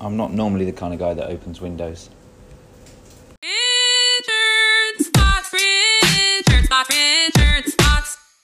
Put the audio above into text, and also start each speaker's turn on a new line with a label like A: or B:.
A: I'm not normally the kind of guy that opens windows.